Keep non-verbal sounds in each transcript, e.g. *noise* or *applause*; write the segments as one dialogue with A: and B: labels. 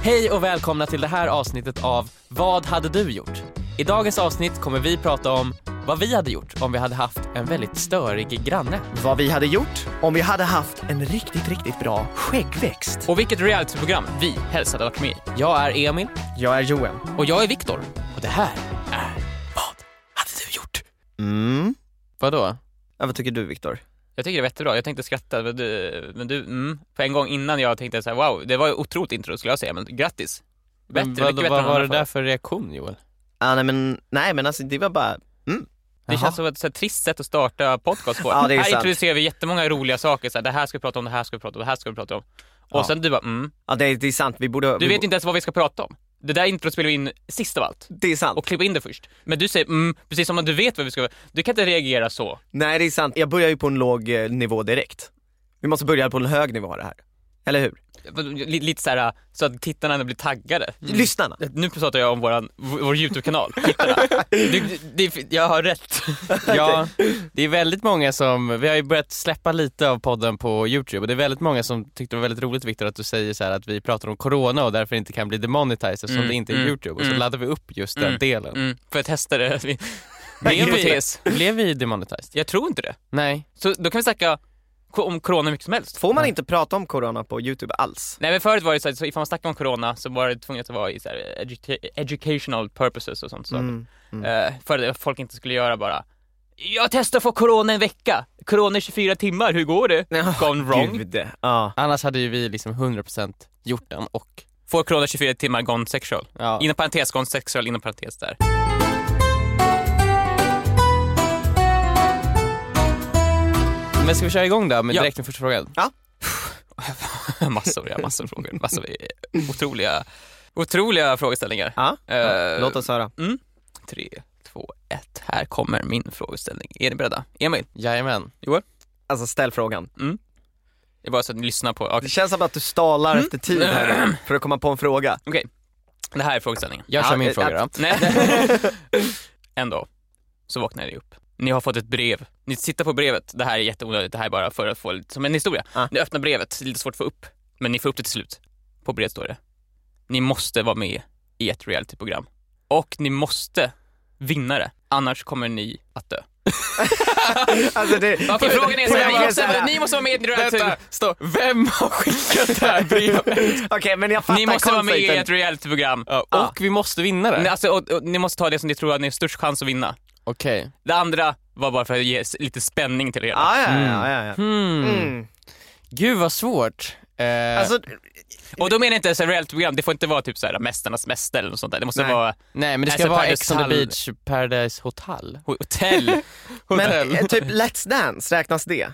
A: Hej och välkomna till det här avsnittet av Vad hade du gjort? I dagens avsnitt kommer vi prata om vad vi hade gjort om vi hade haft en väldigt störig granne.
B: Vad vi hade gjort om vi hade haft en riktigt, riktigt bra skäggväxt.
C: Och vilket realityprogram vi helst hade varit med i.
A: Jag är Emil
B: Jag är Joel.
C: Och jag är Viktor.
A: och det här är Vad hade du gjort?
B: Mm.
A: Vadå?
B: Ja, vad tycker du Viktor?
C: Jag tycker det var jättebra. Jag tänkte skratta, men du, men du mm, på en gång innan jag tänkte så här, wow, det var ju otroligt intro skulle jag säga, men grattis. Bättre,
A: Men
C: mycket bättre
A: vad, vad
C: än
A: var det
C: andra fall.
A: där för reaktion Joel?
B: Ah, nej, men, nej men alltså det var bara,
C: Det
A: Jaha.
C: känns som ett så här, trist sätt att starta podcast
B: *laughs*
C: på.
B: Ja, det är
C: här
B: sant.
C: introducerar vi jättemånga roliga saker, så här, det här ska vi prata om, det här ska vi prata om, det här ska vi prata om. Och
B: Ja.
C: sen du bara, mm,
B: ja det, det är sant, vi borde...
C: du
B: vi,
C: vet inte ens vad vi ska prata om. Det där introt spelar vi in sist av allt
B: Det är sant.
C: och klipper in det först. Men du säger mm, precis som om du vet vad vi ska... Du kan inte reagera så.
B: Nej det är sant, jag börjar ju på en låg eh, nivå direkt. Vi måste börja på en hög nivå det här. Eller hur?
C: Lite, lite så här så att tittarna ändå blir taggade.
B: Lyssnarna.
C: Nu pratar jag om våran, vår YouTube-kanal,
B: *laughs*
C: tittarna. Du, det, jag har rätt.
A: Ja, det är väldigt många som, vi har ju börjat släppa lite av podden på Youtube och det är väldigt många som tyckte det var väldigt roligt Viktor att du säger så här att vi pratar om Corona och därför inte kan bli demonetized eftersom
C: Mm,
A: det inte är
C: mm,
A: Youtube och så
C: mm.
A: laddar vi upp just den
C: Mm,
A: delen.
C: Mm, för att testa det. *laughs* Vi- Det är
A: Blev
C: en
A: vi,
C: hypotes.
A: blev vi demonetized?
C: Jag tror inte det.
A: Nej.
C: Så då kan vi snacka ko- om corona hur mycket som helst.
B: Får man inte prata om corona på youtube alls?
C: Nej men förut var det så, här, så ifall man snackade om corona så var det tvunget att vara i så här, educa- educational purposes och sånt. Så.
B: Mm.
C: Eh, för att folk inte skulle göra bara jag testar för corona en vecka, corona i 24 timmar, hur går det?
B: Ja,
C: *laughs* Gone wrong.
B: Gud. Ja.
A: Annars hade ju vi liksom 100% gjort den och
C: Får corona 24 timmar, gone sexual.
A: ja.
C: Inom parentes, gone sexual, inom parentes där. *laughs*
A: Men ska vi köra igång då med
C: Ja.
A: direkt med första frågan?
C: massor, ja, massor av frågor. Massor av eh, otroliga, otroliga frågeställningar.
B: Ja.
C: Eh,
B: Låt oss höra.
C: Tre, två, ett. Här kommer min frågeställning. Är ni beredda? Emil,
A: Jajamän.
B: Alltså ställ frågan.
C: det är bara så att ni lyssnar på.
B: Det
C: Okej,
B: känns som att du stalar efter tid här för att komma på en fråga.
C: Okej. det här är frågeställningen.
A: Jag
B: Ja,
A: kör min
B: eh,
A: fråga då.
B: *laughs*
C: Nej. en dag så vaknar ni upp. Ni har fått ett brev. Ni tittar på brevet. Det här är jätteonödigt. Det här är bara för att få lite, som en historia.
B: Ah.
C: Ni öppnar brevet. Det är lite svårt att få upp. Men ni får upp det till slut. På brevet står det. Ni måste vara med i ett realityprogram. Och ni måste vinna det. Annars kommer ni att dö.
B: Alltså det,
C: Okej, frågan är
B: Får
C: så
B: jag
C: här,
B: bara
C: ni, måste,
B: säga-
C: ni måste vara med i ett reality.
A: Vänta, stå. Vem har skickat det här brevet?
B: Okej, men jag fattar
C: *laughs* Ni måste vara med i E
B: concepten.
C: ett realityprogram.
A: Ja, och vi måste vinna
C: Ni-
A: det.
C: Alltså, och, och, ni måste ta det som ni tror att ni har störst chans att vinna.
A: Okej.
C: Det andra var bara för att ge s- lite spänning till det
A: Ah,
C: hela.
B: Ja, ja, ja, ja, ja.
A: Hmm.
B: Mm.
A: Gud vad svårt. Eh,
B: Alltså,
C: Och då menar jag inte ens ett realityprogram, det får inte vara typ såhär Mästarnas mästare eller något sånt där. Det måste
B: Nej.
C: vara
A: nej men det ska
C: alltså,
A: vara
C: Paradise
A: Ex on the
C: Hotel.
A: beach, Paradise Hotel. *laughs*
C: hotell.
B: men eh, typ Let's Dance, räknas det?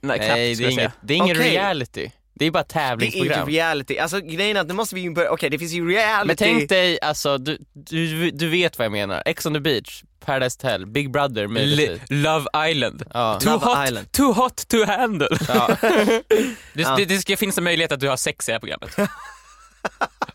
C: Nej, knappt,
A: Nej det
C: skulle
A: är
C: jag
A: inget,
C: säga.
A: det är ingen
B: Okej.
A: reality. Det är bara
B: Det är ju typ
A: tävlingsprogram.
B: reality. Alltså grejen är att nu måste vi ju börja, okej det finns ju reality.
A: men tänk dig, alltså, du, du, du vet vad jag menar. Ex on the beach, Paradise Hotel, Big Brother möjligtvis.
C: Le- Love Island.
A: Ja.
C: Too
B: Love
C: hot,
B: Island.
C: too hot to handle.
A: Ja.
C: *laughs*
A: *laughs*
C: Det,
B: Ja.
C: det, det ska finnas en möjlighet att du har sex i det
A: *laughs*
C: här programmet.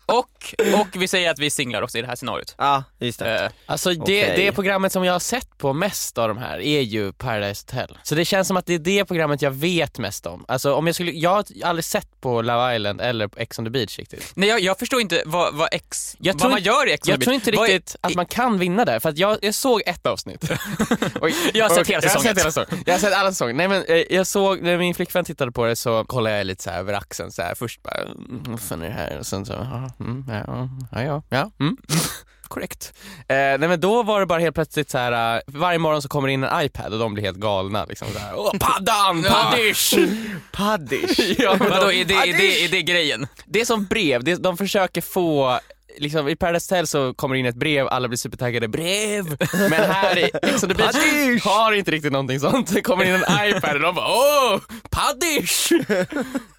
C: och, och vi säger att vi är singlar också i det här scenariot.
B: Ja, just det.
C: Eh,
A: Alltså det,
B: Okej.
A: det programmet som jag har sett på mest av de här är ju Paradise Hotel. Så det känns som att det är det programmet jag vet mest om. Alltså om jag skulle, jag har aldrig sett på Love Island eller på Ex on the beach riktigt.
C: nej, jag, jag förstår inte vad, vad ex,
A: Jag
C: vad
A: tror
C: man
A: inte-
C: gör i Ex on the
A: Jag
C: Beach.
A: tror inte
C: Vad är-
A: riktigt att man kan vinna där, för att jag, jag såg ett avsnitt. *laughs* Oj,
C: Jag har sett
A: och-
C: hela
A: Jag har
C: säsongen.
A: sett hela säsongen. Jag har sett alla säsonger. Nej men eh, jag såg, när min flickvän tittade på det så kollade jag lite så här över axeln så här. först bara, mm, vad fan är det här? Och sen så, ja, mm, ja, ja, ja, ja, mm. *laughs* Korrekt. Eh, nej men då var det bara helt plötsligt så här. eh, varje morgon så kommer det in en iPad och de blir helt galna liksom så här. Åh, paddan, paddish!
C: *laughs*
B: Paddish.
A: *laughs* ja, men
C: Vadå,
A: de-
C: är det, är, det, är det grejen?
A: det är som brev, det, de försöker få Liksom, I Paradise Hotel så kommer det in ett brev, alla blir supertaggade. Brev! Men här i Ex on the Beach
B: Paddish!
A: har inte riktigt någonting sånt. Det kommer in en iPad och de bara åh,
C: *laughs*
A: paddish!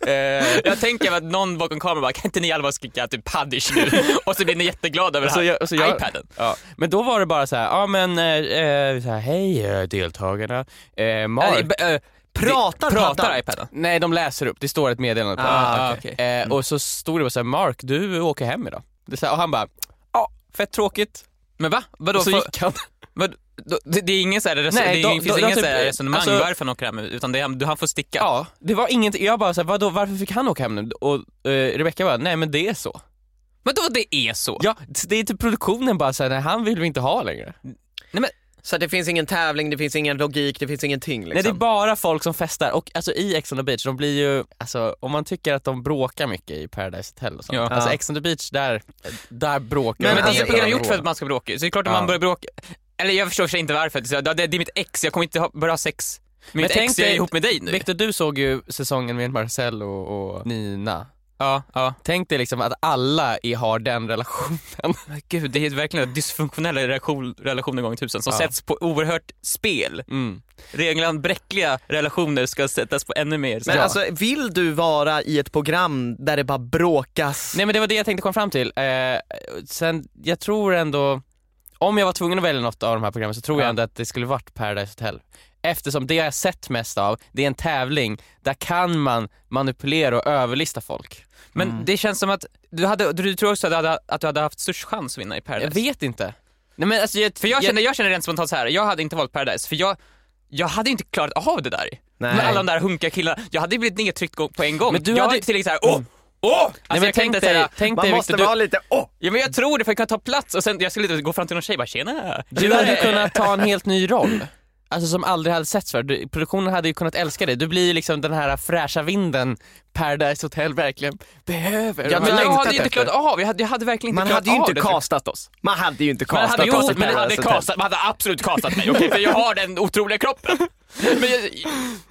A: eh,
C: Jag tänker att någon bakom kameran bara, kan inte ni alla bara skrika typ paddish nu? Och så blir ni jätteglada över det
A: så
C: här.
A: jag, så jag,
C: iPaden.
A: Ja, men då var det bara så här, ja men eh, eh, så här, hej eh, deltagarna, eh, Mark.
C: Äh, äh,
B: Pratar
C: pratar
B: paddan?
C: iPaden?
A: Nej de läser upp, det står ett meddelande på
B: Ah,
A: den.
C: ah, okej.
A: eh, Och så stod det bara så här, Mark du åker hem idag. Det är så här, och han bara, ja fett tråkigt.
C: Men va? Vadå?
A: Och så
C: för-
A: gick han.
C: vad, då, det, det är ingen så här, res-
A: Nej,
C: det,
A: då-
C: är- finns
A: då-
C: ingen
A: då
C: så här
A: typ-
C: resonemang
A: alltså-
C: varför han åker hem, utan det är, han- du, han får sticka.
A: Ja, det var ingenting. Jag bara såhär, vadå varför fick han åka hem nu? Och eh, Rebecka bara, nej men det är så.
C: Men då det är så?
A: Ja, det är till produktionen bara såhär, nej han vill vi inte ha längre.
B: Så det finns ingen tävling, det finns ingen logik, det finns ingenting liksom.
A: Nej det är bara folk som festar och alltså i Ex on the beach, de blir ju, alltså om man tycker att de bråkar mycket i Paradise Hotel och sånt.
C: Ja.
A: Alltså
B: Ja.
A: Ex on the beach, där, där bråkar de.
C: Men, men det
A: Alltså,
C: är ju program
A: där
C: gjort för att
A: bråkar.
C: man ska bråka, så det är klart att
A: Ja.
C: man börjar bråka. Eller jag förstår för sig inte varför, så, det, det är mitt ex, jag kommer inte ha, börja ha sex med mitt
A: tänk
C: ex, jag är
A: dig-
C: ihop med dig nu.
A: Victor, du såg ju säsongen med Marcel och, och Nina.
C: Ja, ja.
A: Tänk dig liksom att alla är, har den relationen.
C: Men gud, det är verkligen dysfunktionella relation, relationer gånger tusen som
A: Ja.
C: sätts på oerhört spel.
A: Mm.
C: Regeln bräckliga relationer ska sättas på ännu mer.
B: Men
C: Ja.
B: alltså vill du vara i ett program där det bara bråkas?
A: Nej men det var det jag tänkte komma fram till. Eh, sen, jag tror ändå, om jag var tvungen att välja något av de här programmen så tror
C: Ja.
A: jag ändå att det skulle varit Paradise Hotel. Eftersom det jag har sett mest av, det är en tävling, där kan man manipulera och överlista folk.
C: men det känns som att du, hade, du tror också att du, hade, att du hade haft störst chans att vinna i Paradise.
A: Jag vet inte. Nej men alltså jag,
C: För jag känner, jag känner rent spontant så här. jag hade inte valt Paradise för jag, jag hade inte klarat av det där.
B: Nej.
C: Med alla de där hunkiga killarna. Jag hade blivit nedtryckt gå- på en gång.
A: Men du
C: jag
A: hade- Mm.
C: var inte tillräckligt såhär, åh, åh! Alltså
A: Nej, men
C: jag kan
A: tänk
C: inte
A: dig,
C: säga,
A: tänk
B: Man
A: dig
B: måste
A: Victor, du,
B: vara lite, åh!
C: ja men jag tror det för jag kan ta plats och sen jag skulle inte gå fram till någon tjej och bara tjena.
A: du hade ju kunnat ta en helt ny roll. Alltså som aldrig hade setts förr. Du- Produktionen hade ju kunnat älska dig. Du blir ju liksom den här fräscha vinden Paradise Hotel verkligen behöver.
B: Ja,
A: Och
C: men
A: har
C: jag
A: längtat
C: hade ju inte
A: efter.
C: klarat av, jag hade, jag hade verkligen inte
B: Man
C: klarat
B: hade ju
C: av
B: inte
C: det.
B: kastat oss. Man hade ju inte
C: Man
B: kastat
C: hade,
B: oss
C: jo,
B: i
C: men jag hade
B: Paradise Hotel.
C: kastat, man hade absolut kastat mig, okej? För jag har den otroliga kroppen. Men jag,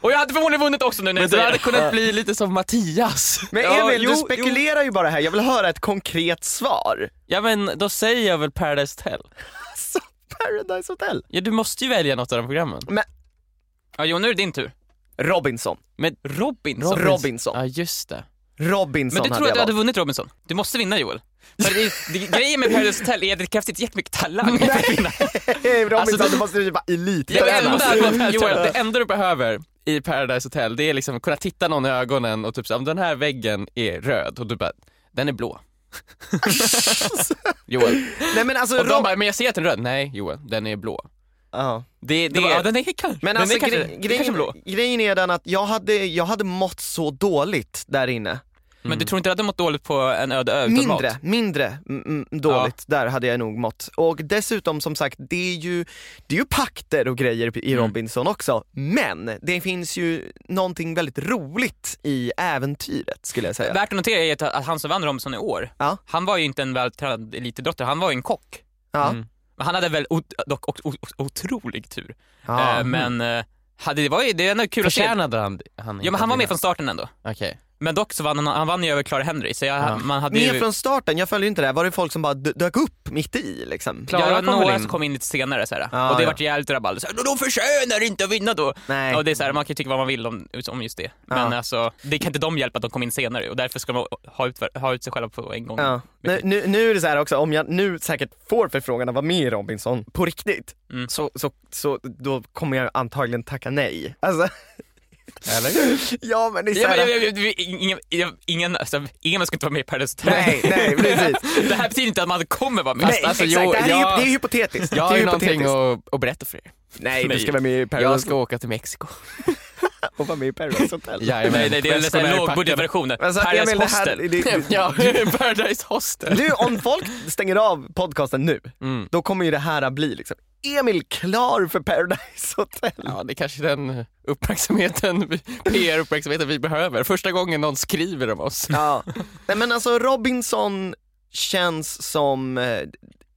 C: och jag hade förmodligen vunnit också nu när jag
A: Du
C: säger
A: hade
C: det.
A: kunnat bli lite som Mattias.
B: Men
C: Ja,
B: Emil,
C: jo,
B: du spekulerar ju bara här. Jag vill höra ett konkret svar.
A: Ja men då säger jag väl Paradise Hotel.
B: Alltså, Paradise Hotel.
A: Ja, du måste ju välja något av de programmen.
C: Ja, jo, nu är det din tur.
B: Robinson.
A: Men
C: Robinson.
B: Robinson.
A: Ja just det.
B: Robinson
C: Men
B: hade
C: du tror att
B: jag
C: du hade
B: valt.
C: vunnit Robinson? Du måste vinna Joel. För det, det, grejen med Paradise Hotel är att det krävs inte jättemycket talang för att vinna.
B: Hey, Robinson,
A: Alltså,
B: du måste ju vara elit.
A: Det
C: men
A: enda,
C: Jonas.
A: Joel, det enda du behöver i Paradise Hotel det är liksom kunna titta någon i ögonen och typ så, här, om den här väggen är röd och du bara, den är blå. Joel.
B: *laughs* Nej men alltså,
A: Och de
B: Rob-
A: bara, men jag ser att den är röd. Nej Joel, den är blå.
B: Ja.
A: Det, det
C: Det, ja,
A: är...
C: den är kanske,
B: Men
C: den
B: alltså
C: är
B: gre-
C: kanske, den är kanske
B: grejen,
C: blå.
B: grejen är den att jag hade, jag hade mått så dåligt där inne.
C: Men du tror inte att du mått dåligt på en öde ö utan
B: Mindre,
C: mat?
B: mindre mm, mm, dåligt där hade jag nog mått. Och dessutom som sagt, det är ju, det är ju pakter och grejer i
C: Mm.
B: Robinson också. Men det finns ju någonting väldigt roligt i äventyret skulle jag säga.
C: Värt att notera är att, att han som vann Robinson i år,
B: Ja.
C: han var ju inte en vältränad elitidrottare, han var ju en kock.
B: Ja.
A: Mm.
C: Men han hade väl ot- dock o- o- otrolig tur.
B: Ja. Mm.
C: Eh, men eh, hade, det, var ju, det är ändå kul att se.
A: Förtjänade han, han
C: Ja, men han var med
A: från...
C: från starten ändå.
A: Okej.
C: Men dock så vann han, han vann ju över Clara Henry, så jag,
A: Ja.
C: man hade
B: Med
C: ju...
B: från starten, jag följde inte det här. Var det folk som bara d- dök upp mitt i liksom?
A: Klara
C: ja, det
A: kom
C: var
A: väl
C: några
A: in?
C: som kom in lite senare såhär.
B: Ja,
C: och det
B: ja.
C: vart jävligt rabalder. Såhär, de förtjänar inte att vinna då.
B: Nej.
C: Och det är såhär, man kan ju tycka vad man vill om, om just det. Men alltså, det kan inte de hjälpa att de kom in senare och därför ska man ha ut, ha ut sig själva på en gång.
A: Mm.
B: Ja. Nu, nu, nu är det så här också, om jag nu säkert får förfrågan att vara med i Robinson på riktigt,
C: Mm.
B: så, så, så då kommer jag antagligen tacka nej. Alltså,
A: Eller?
B: *laughs* ja men det är så
C: Ja,
B: här,
C: men, jag, jag, jag, ingen, jag, ingen, alltså, ingen ska inte vara med i Paradise Hotel.
B: Nej,
C: *laughs*
B: nej precis.
C: det här betyder inte att man kommer vara med.
B: nej,
A: alltså,
B: exakt,
A: jag-
B: det, här är,
A: jag-
B: ju- det är hypotetiskt.
A: Jag
B: det
A: har
B: är
A: ju någonting
B: hypotetiskt.
A: att, att berätta för er.
B: Nej, du
C: Nej.
B: ska vara med i
A: Jag
B: Paradise,
A: ska åka till Mexiko.
B: och vara med i Paradise Hotel.
A: Jajamän.
C: nej, nej, det
A: Jag
C: är
A: ska
C: en
A: bära packarna.
C: lågbudgetversion.
B: Men så,
C: Paradise
B: Emil, Alltså, det här,
C: Hostel.
B: det,
C: *laughs*
B: det,
A: Ja, Paradise Hostel.
B: *laughs* du, om folk stänger av podcasten nu,
A: Mm.
B: då kommer ju det här att bli liksom, Emil klar för Paradise Hotel.
A: Ja, det är kanske den uppmärksamheten, vi- PR-uppmärksamheten vi behöver. Första gången någon skriver om oss.
B: Ja. Nej men alltså Robinson känns som, eh,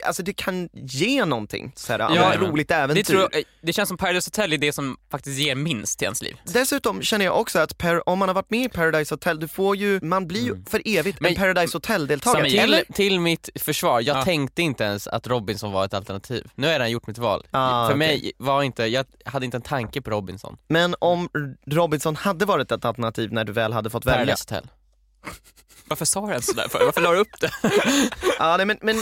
B: alltså det kan ge någonting. Så här, ja,
C: Ja,
B: men typ-
A: men-
B: roligt
C: Det,
B: äventyr.
C: tror jag, det känns som Paradise Hotel är det som faktiskt ger minst till ens liv.
B: Dessutom känner jag också att per, om man har varit med i Paradise Hotel, du får ju, man blir ju för evigt
A: Men-
B: en Paradise Hotel-deltagare.
C: Samir.
A: Till,
C: Eller-
A: till mitt försvar, jag
C: Ja.
A: tänkte inte ens att Robinson var ett alternativ. Nu har jag redan gjort mitt val.
B: Ah,
A: För
B: okej.
A: mig var inte, jag hade inte en tanke på Robinson.
B: Men om Robinson hade varit ett alternativ när du väl hade fått välja.
A: Paradise Hotel.
C: Varför sa jag ens sådär för? Varför la du upp det?
B: Ja, nej, men, men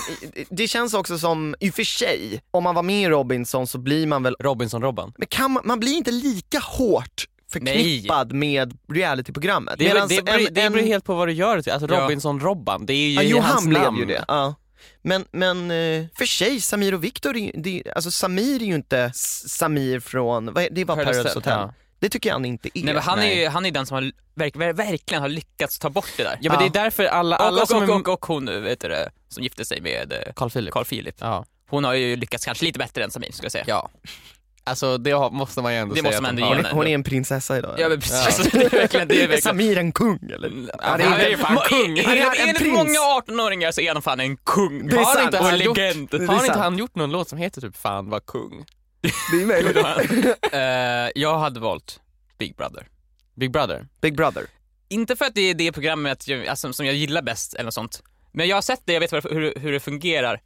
B: det känns också som, i och för sig, om man var med i Robinson så blir man väl
A: Robinson-Robban.
B: Men kan man, man blir inte lika hårt förknippad med realityprogrammet.
A: Det, är
B: Medans
A: väl- det, beror-
B: en-
A: det
B: en-
A: beror helt på vad du gör. Alltså
C: Ja.
A: Robinson-Robban, det är ju
B: ja,
A: i
B: jo,
A: hans
B: han blev
A: namn.
B: ju det. Ja. Men, men eh, för sig, Samir och Viktor, är ju- det, alltså Samir är ju inte S- Samir från, vad, är- det var Paradise Hotel.
A: Ja.
B: Det tycker han inte är.
C: Nej, men han, är,
A: Nej.
C: ju- han är den som har, verk, ver- verkligen har lyckats ta bort det där.
A: Ja men det
B: Ja.
A: är därför alla,
C: Och,
A: alla
C: och,
A: som
C: och,
A: är...
C: och, och hon vet du, det, som gifte sig med eh,
A: Carl Philip.
C: Carl Philip.
A: Ja.
C: Hon har ju lyckats kanske lite bättre än Samir skulle jag säga.
A: ja. Alltså det har, måste man ju ändå
C: Det
A: säga.
C: måste man
A: att
C: ändå
A: de har.
C: ge
B: Hon,
C: henne.
B: är- hon är en prinsessa idag.
C: Ja men precis, *laughs* det är
B: *laughs*
C: verkligen, det är
B: Är
C: verkligen Mm.
B: Samir en kung eller?
C: Ja,
B: Alltså. det är
C: han
B: inte-
C: är ju fan
B: Ma-
C: kung.
B: är han en
C: Enligt
B: prins?
C: många 18-åringar så är han fan en kung.
B: Det är
A: Har
B: sant.
A: inte
C: Och
A: han,
C: legend.
A: gjort,
B: Det är
A: har inte
B: sant.
A: han gjort någon låt som heter typ Fan var kung?
B: Det är
C: *laughs*
B: möjligt.
C: Eh, jag hade valt Big Brother.
A: Big Brother?
B: Big brother.
C: Inte för att det är det programmet jag, alltså, som jag gillar bäst eller något sånt. Men jag har sett det, jag vet vad- hur, hur det fungerar.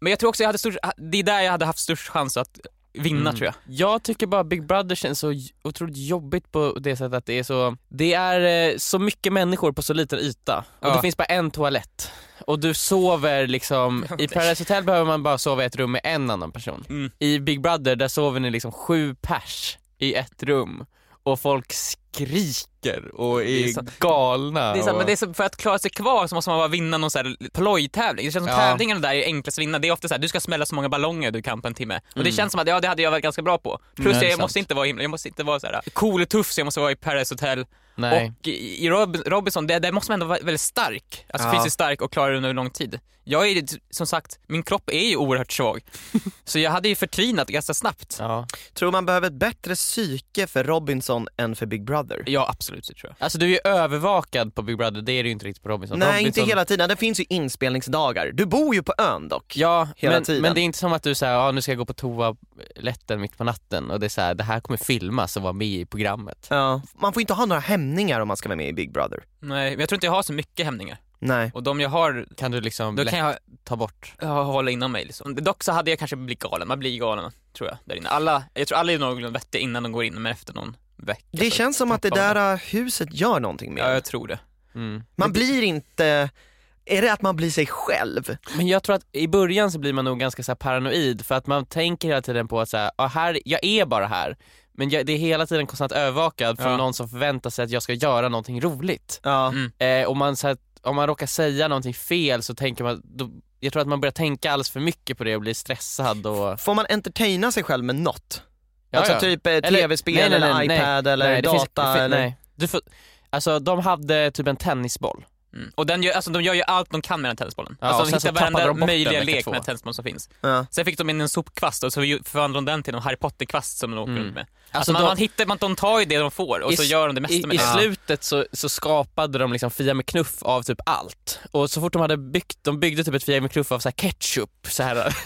C: Men jag tror också jag hade störst, det är där jag hade haft störst chans att vinna
A: Mm.
C: tror jag.
A: Jag tycker bara Big Brother känns så j- otroligt jobbigt på det sättet att det är så, det är eh, så mycket människor på så liten yta och
C: Ja.
A: det finns bara en toalett. Och du sover *laughs* liksom, i Paradise Hotel behöver man bara sova i ett rum med en annan person.
C: Mm.
A: I Big Brother där sover ni liksom sju pers i ett rum och folk skriker och
C: Det är
A: är,
C: sant.
A: galna.
C: Det är sant,
A: och...
C: men det är så, för att klara sig kvar så måste man bara vinna någon sån här plojtävling. Det känns som
A: Ja.
C: tävlingarna där är enklast att vinna. Det är ofta så här, du ska smälla så många ballonger du kan på en timme. Och det känns som att ja, det hade jag varit ganska bra på. Plus
A: Mm. Nej, det är
C: jag måste
A: sant.
C: inte vara himla, jag måste inte vara så här cool och tuff så jag måste vara i Paradise Hotel.
A: Nej.
C: Och i i Rob- Robinson, där, där måste man ändå vara väldigt stark. Alltså
B: Ja.
C: fysiskt stark och klara det under lång tid. Jag är ju, t- som sagt, min kropp är ju
A: *laughs*
C: oerhört svag. så jag hade ju förtvinat ganska snabbt.
A: Ja.
B: Tror man behöver ett bättre psyke för Robinson än för Big brother?
C: Ja, absolut, det tror jag.
A: Alltså du är ju övervakad på Big Brother, det är du ju inte riktigt på Robinson.
B: Nej,
A: Robinson...
B: inte hela tiden. Det finns ju inspelningsdagar. Du bor ju på ön dock.
A: Ja,
B: hela
A: men,
B: tiden.
A: men det är inte som att du säger ja nu ska jag gå på toa lätten mitt på natten och det är så här, det här kommer filmas och vara med i programmet.
B: Ja. Man får inte ha några hämningar om man ska vara med i Big brother.
C: Nej, men jag tror inte jag har så mycket hämningar.
B: Nej.
C: Och de jag har,
A: Kan du liksom
C: då
A: lätt
C: kan jag
A: ta bort?
C: Ja, hålla inom mig liksom. Dock så hade jag kanske blivit galen, man blir galen tror jag där inne. Alla, jag tror alla är någorlunda vettiga innan de går in men efter någon vecka.
B: Det
C: så-
B: känns som att det
C: tappar man.
B: där äh, huset gör någonting
C: Ja
B: med en.
C: jag tror det.
A: Mm.
B: Man blir inte... Är det att man blir sig själv?
A: Men jag tror att i början så blir man nog ganska så här paranoid för att man tänker hela tiden på att så här, ja, här, jag är bara här. Men jag, det är hela tiden konstant övervakad från
C: Ja.
A: någon som förväntar sig att jag ska göra någonting roligt.
B: Ja.
C: Mm.
A: Eh, om, man, så här, om man råkar säga någonting fel så tänker man, då, jag tror att man börjar tänka alldeles för mycket på det och blir stressad
C: Alltså,
A: och...
B: Får man entertaina sig själv med något? alltså typ eh,
A: Eller-
B: tv-spel
A: nej,
B: eller,
A: nej, nej, nej.
B: iPad eller
A: Nej, det
B: data
A: finns- det fin-
B: eller...
A: Nej. Du får, alltså de hade typ en tennisboll.
C: Mm. Och den gör, alltså, de gör ju allt de kan med den tennisbollen.
A: Ja, och
C: alltså de
A: sen så
C: hittar
A: tappade
C: varenda
A: de bort den
C: möjliga
A: vecka
C: lek
A: två.
C: med tennisbollen som finns.
B: Ja.
C: Sen fick de in en sopkvast och så ju- förvandlade de den till en Harry Potter-kvast som de åker
A: Mm.
C: runt med.
A: Alltså,
C: Alltså, man,
A: de-
C: man hittar, man, de tar ju det de får och
A: I
C: så
A: s-
C: gör de det mesta
A: I,
C: med
A: i
C: det.
A: slutet så, så skapade de liksom Fia med knuff av typ allt. Och så fort de hade byggt, de byggde typ ett Fia med knuff av så här ketchup. Så här.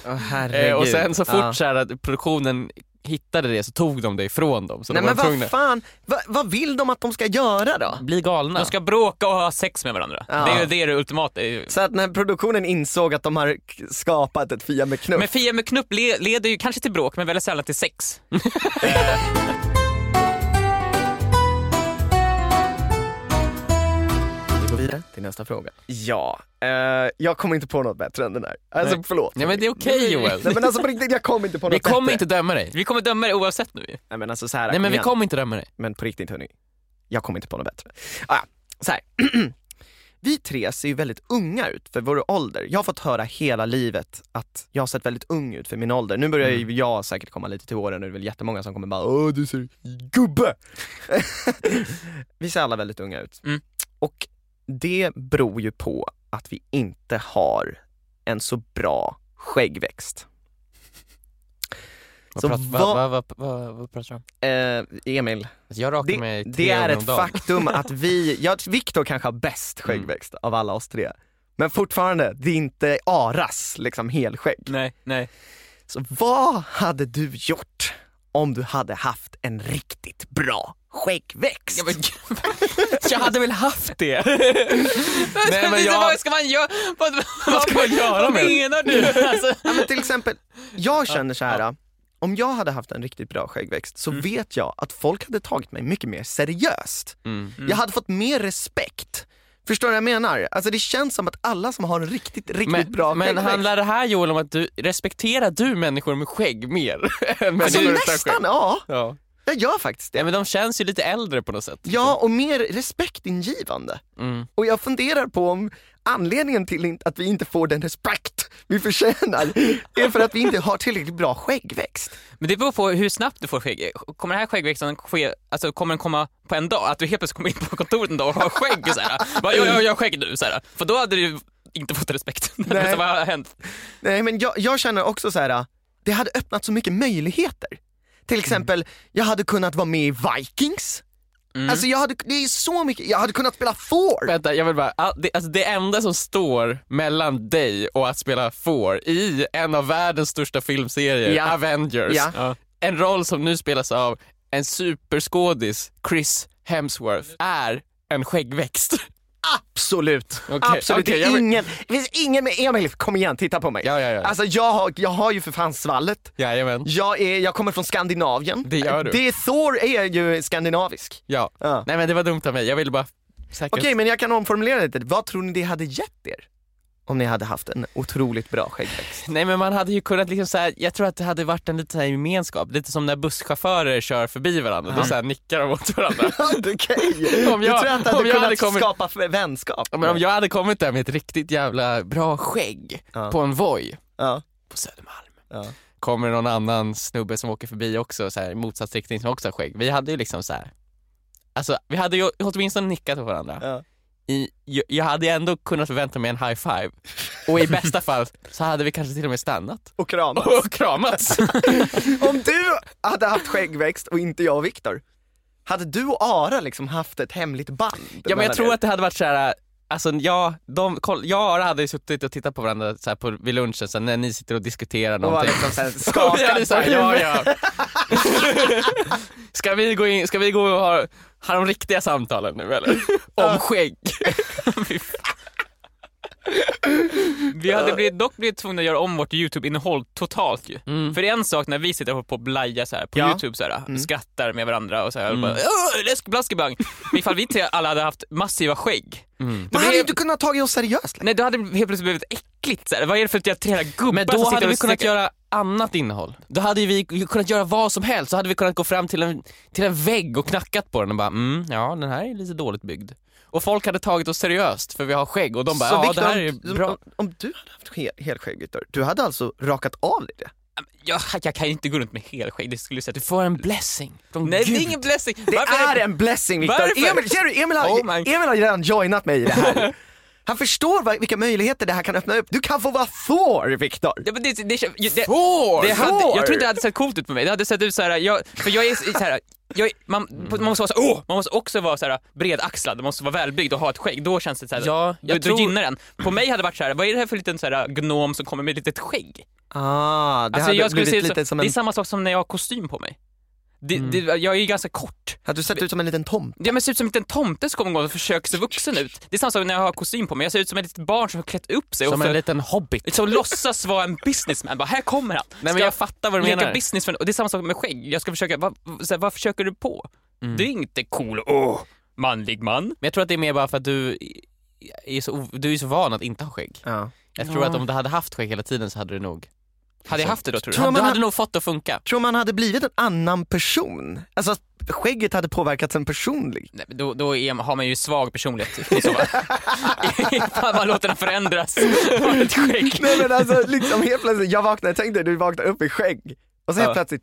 A: Eh, och sen så fort
B: Ja.
A: så här, att produktionen hittade det så tog de det ifrån dem. Så
B: Nej
A: de var
B: men
A: tvungna
B: vad fan, Va- vad vill de att de ska göra då?
A: bli galna.
C: De ska bråka och ha sex med varandra.
B: Ja.
C: Det är ju det, är det ultimata. Det är ju-
B: Så att när produktionen insåg att de har k- skapat ett Fia med knuff.
C: Men Fia med knupp le, leder ju kanske till bråk men väldigt sällan till sex.
B: vi går vidare till nästa fråga. Ja, eh, jag kommer inte på något bättre än den här. Alltså
A: Nej.
B: förlåt.
A: Nej men det är okej Joel.
B: Nej men alltså på riktigt, jag kommer inte på något
A: Vi kommer
B: bättre.
A: inte döma dig.
C: Vi kommer döma det oavsett nu ju.
B: Nej men alltså så här,
A: Nej men
B: kom
A: vi
B: igen.
A: kommer inte döma dig.
B: men på riktigt hörni, jag kommer inte på något bättre. Ah, ja, så här. *clears throat* Vi tre ser ju väldigt unga ut för vår ålder. Jag har fått höra hela livet att jag har sett väldigt ung ut för min ålder. Nu börjar ju jag säkert komma lite till åren och det är väl jättemånga som kommer bara Åh du ser gubbe! *laughs* vi ser alla väldigt unga ut.
C: Mm.
B: Och det beror ju på att vi inte har en så bra skäggväxt.
A: Vad,
B: Så
A: pratar- vad,
B: vad-
A: vad, vad, vad pratar du om?
B: Eh, Emil,
A: Alltså, jag rakar
B: det,
A: mig
B: det
A: tre
B: är
A: gånger
B: ett
A: om dagen. *laughs*
B: faktum att vi, ja, Viktor kanske har
A: Mm.
B: bäst skäggväxt av alla oss tre. Men fortfarande, det är inte Aras liksom helskägg.
C: Nej, nej.
B: Så vad hade du gjort om du hade haft en riktigt bra skäggväxt?
C: Ja, *laughs* men,
A: Jag hade väl haft
C: *laughs*
A: det.
C: Nej, men jag... Vad ska man göra? Vad, vad
A: ska man göra
C: vad
A: med det?
C: menar *laughs* du? Alltså,
B: Ja, men till exempel,
A: *laughs*
B: jag känner så här. Om jag hade haft en riktigt bra skäggväxt så vet jag att folk hade tagit mig mycket mer seriöst.
A: Mm.
B: Jag hade fått mer respekt. Förstår du vad jag menar? Alltså det känns som att alla som har en riktigt, riktigt bra
A: men
B: skäggväxt
A: handlar det här Joel om att du respekterar du människor med skägg mer än
B: Alltså
A: människor utan skägg?
B: nästan, ja.
A: Ja.
B: Jag gör faktiskt
A: Nej,
B: det.
A: men de känns ju lite äldre på något sätt.
B: Ja, och mer respektingivande.
A: Mm.
B: Och jag funderar på om anledningen till in- att vi inte får den respekt vi förtjänar är för att vi inte har tillräckligt bra skäggväxt.
C: Men det beror på hur snabbt du får skägg. Kommer den här skäggväxten ske, alltså kommer den komma på en dag? Att du helt plötsligt kommer in på kontoret en dag och har skägg så här. Bara, jag, jag, jag har skägg nu så här. För då hade du inte fått respekt. *laughs*
B: Nej.
C: så vad har hänt?
B: Nej men jag, jag känner också så här. det hade öppnat så mycket möjligheter. Till exempel, jag hade kunnat vara med i Vikings.
C: Mm.
B: Alltså jag hade, det är så mycket, jag hade kunnat spela får.
A: Vänta, jag vill bara, all- det, alltså det enda som står mellan dig och att spela får i en av världens största filmserier,
B: Ja.
A: Avengers,
B: Ja.
C: Ja.
A: en roll som nu spelas av en superskådis, Chris Hemsworth, är en
B: *laughs*
A: skäggväxt.
B: Absolut.
A: Okej,
B: Absolut.
A: okej,
B: det, är
A: jag vill-
B: ingen, det finns ingen med, Emil kom igen titta på mig.
A: Ja, ja, ja.
B: Alltså jag har, jag har ju för fan svallet.
A: Jajamän.
B: Jag, är, jag kommer från Skandinavien.
A: Det gör du.
B: Det, Thor är ju skandinavisk.
A: Ja.
B: Ja.
A: Nej men det var dumt av mig, jag ville bara säkert...
B: Okej, men jag kan omformulera det lite. Vad tror ni det hade gett er? Om ni hade haft en otroligt bra skäggväxt.
A: *laughs* Nej men man hade ju kunnat liksom så här, jag tror att det hade varit en liten så här gemenskap, lite som när busschaufförer kör förbi varandra, då så här nickar de åt varandra.
B: Okej!
A: Om
B: Du
A: jag-
B: tror att det
A: om
B: hade
A: jag
B: kunnat
A: hade kommit-
B: skapa f- vänskap?
A: Ja, Men om jag hade kommit där med ett riktigt jävla bra skägg
B: Ja.
A: på en voj,
B: Ja.
A: på Södermalm.
B: Ja.
A: Kommer någon annan snubbe som åker förbi också så här, i motsatt riktning som också har skägg. Vi hade ju liksom så här. Alltså vi hade ju åtminstone nickat åt varandra.
B: Ja.
A: I, jag, jag hade ju ändå kunnat förvänta mig en high five. *laughs* Och i bästa fall så hade vi kanske till och med stannat.
B: Och krama.
A: Och *laughs* kramats.
B: Om du hade haft skäggväxt och inte jag och Viktor, hade du och Ara liksom haft ett hemligt band?
A: ja men
B: mellan
A: jag tror
B: er?
A: att det hade varit så här. Alltså jag, de, koll, jag och Ara hade ju suttit och tittat på varandra så här på, vid lunchen så här, när ni sitter och diskuterar
B: Och var
A: någonting.
B: liksom såhär
A: Och jag är
B: skakad
A: så här,
B: på
A: ja,
B: huvudet.
A: ja. *laughs* ska, vi gå in, ska vi gå och ha, ha de riktiga samtalen nu eller? Om skägg.
C: Vi hade blivit, dock blivit tvungna att göra om vårt YouTube-innehåll totalt ju.
A: Mm.
C: För det är en sak när vi sitter och håller på och blajar så här på
B: Ja.
C: YouTube så här, skrattar med varandra och så
A: Mm.
C: här, och bara "Åh, läsk blaskebang. Men ifall vi inte alla hade haft massiva skägg,
B: Man hade
C: blev-
B: ju inte kunnat tagit oss seriöst längre.
C: nej då hade det helt plötsligt blivit äckligt så här. Vad är det för att jag tränar gubbar
A: Men
C: som
A: då
C: sitter
A: hade
C: och
A: vi kunnat
C: steker-
A: göra annat innehåll. Då hade ju vi kunnat göra vad som helst. Så hade vi kunnat gå fram till en, till en vägg och knackat på den och bara mm, ja den här är lite dåligt byggd. Och folk hade tagit oss seriöst för vi har skägg och de bara ja
B: Viktor,
A: det här är
B: om-
A: bra.
B: Om, om du hade haft hel, helskägg Viktor, du hade alltså rakat av dig det?
C: jag, jag kan ju inte gå runt med helskägg, det skulle ju sätta
A: Du får en blessing från
C: Nej,
A: Gud.
C: det är ingen blessing.
B: Det
C: Varför
B: är en blessing Viktor!
C: Varför?
B: Emil, ser du? Emil, har,
C: Oh my-
B: Emil har redan joinat mig i det här. Han förstår vad, vilka möjligheter det här kan öppna upp. Du kan få vara Thor Viktor!
C: Ja, men det, det, det, det,
A: Får!
C: det hade,
B: får.
C: jag tror inte det hade sett coolt ut på mig. Det hade sett ut så här, jag, för jag är så här, jag, är- man, man måste vara så, åh, man måste också vara så här bredaxlad, man måste vara välbyggd och ha ett skägg. Då känns det så här,
A: Ja, jag
C: då,
A: tror-
C: då gynnar den. På mig hade det varit så här, vad är det här för liten så här, gnom som kommer med ett litet skägg?
B: Ah, det
C: Alltså,
B: hade
C: jag skulle
B: blivit
C: se ut
B: lite som
C: Det
B: en... Mm.
C: är samma sak som när jag har kostym på mig. Det, det, jag är ju ganska kort.
B: Hade du sett ut som en liten tom?
C: Ja, men jag ser ut som en liten tomte som kommer gå och försöker se vuxen ut. Det är samma sak när jag har kostym på mig. Jag ser ut som ett litet barn som har klätt upp sig.
A: Som
C: och för,
A: en liten hobbit.
C: Som låtsas vara en businessman. Bara, här kommer han.
A: Nej men
C: Ska
A: jag fattar vad du
C: leka
A: menar.
C: business för, och det är samma sak med skägg. Jag ska försöka, vad, så här, vad försöker du på? Du är inte cool, åh, manlig man.
A: Mm. Men jag tror att det är mer bara för att du är så, o- du är så van att inte ha skägg.
B: Ja.
A: Jag tror att om du hade haft skägg hela tiden så hade du nog... Liksom-
C: Hade jag haft det då tror du?
A: Du hade,
B: man ha-
A: nog fått det att funka.
B: Tror man hade blivit en annan person? Alltså skägget hade påverkat en liksom? personlig.
C: Nej, men då då är, har man ju svag personlighet i så fall.
A: *laughs*
C: *laughs* Ifall man låter den förändras av ett skägg.
B: Nej men alltså liksom helt plötsligt, jag vaknade, tänk dig du vaknar upp i skägg och så helt
C: Ja.
B: plötsligt,